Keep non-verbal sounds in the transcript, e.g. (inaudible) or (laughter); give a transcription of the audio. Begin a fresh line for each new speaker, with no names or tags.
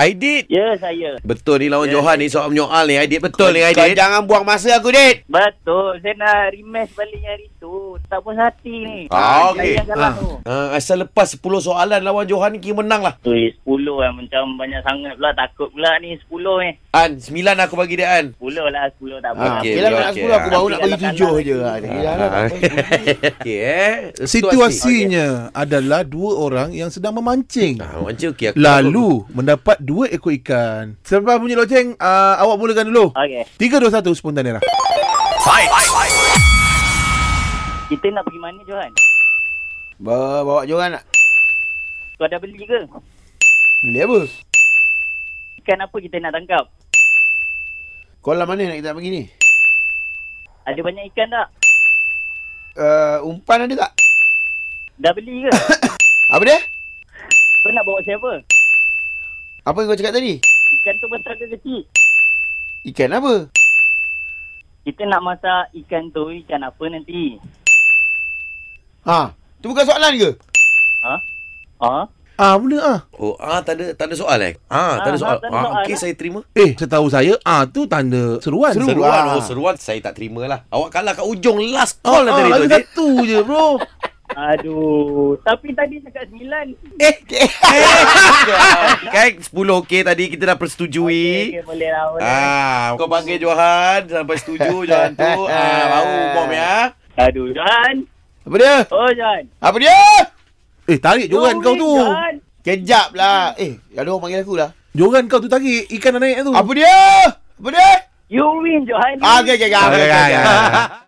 Aidit.
Ya, saya.
Betul ni lawan
Ya,
Johan ni soal menyoal ni Aidit. Betul ni
Kau
Aidit.
jangan buang masa aku, Dit.
Betul. Saya nak rematch balik yang hari tu. Tak puas hati ni.
Ah, okey.
Saya kalah tu.
Ha, asal lepas 10 soalan lawan Johan ni kira menang lah.
Tu eh, 10 lah. Macam banyak sangat pula. Takut pula ni 10 eh.
An, 9 aku bagi dia
(laughs)
An.
10 lah. 10 tak apa.
Ah,
Okey,
okay, Yelah,
okey,
kau nak
okey,
sepuluh, aku
ah.
baru nak bagi
Tapi kalau
tujuh
kalah
je.
lagi.
Ah, yelah lah, tak apa.
Okey eh.
Situasinya Oh, ya. adalah dua orang yang sedang memancing.
Ah, macam okey aku.
Lalu mendapat dua ekor ikan. Selepas bunyi loceng, uh, awak mulakan dulu.
Okey.
3, 2, 1, spontan era.
Kita nak pergi mana, Johan?
Bawa, bawa Johan nak.
Kau dah beli ke?
Beli apa?
Ikan apa kita nak tangkap?
Kolam lah mana nak kita nak pergi ni?
Ada banyak ikan tak?
Uh, umpan ada tak?
Dah beli
(coughs)
ke?
Apa dia?
Kau nak bawa siapa?
Apa yang kau cakap tadi?
Ikan tu besar ke kecil?
Ikan apa?
Kita nak masak ikan tu, ikan apa nanti?
Ha. Tu bukan soalan ke?
Ha? Ha?
Ah, mula ah.
Oh, ah tak ada tak ada soal eh. Ah, tak ada
Ah,
soal.
tak ada
Ah,
soal
okey
lah.
saya terima.
Eh, setahu saya ah tu tanda seruan.
Seru.
Seruan,
Ah.
oh seruan saya tak terima lah. Awak kalah kat ujung last call
lah.
lah
Oh, ah,
tadi tu.
lagi
Adik.
satu je, (laughs) bro.
Aduh, tapi tadi cakap sembilan.
Eh.
Eh,
(laughs) Kan 10 okey tadi kita dah persetujui.
Okey, okey, boleh lah, boleh.
Ah, kau panggil Johan sampai setuju Johan tu. Ah, baru bom ya.
Aduh, Johan.
Apa dia?
Oh, Johan.
Apa dia?
Eh, tarik joran kau tu.
Johan.
Kejap lah. Eh, ada orang panggil aku lah.
Joran kau tu tarik ikan dah naik tu.
Apa dia? Apa dia?
You win, Johan.
Ah, okay, okay, okay.
Ah,
okay, okay, okay.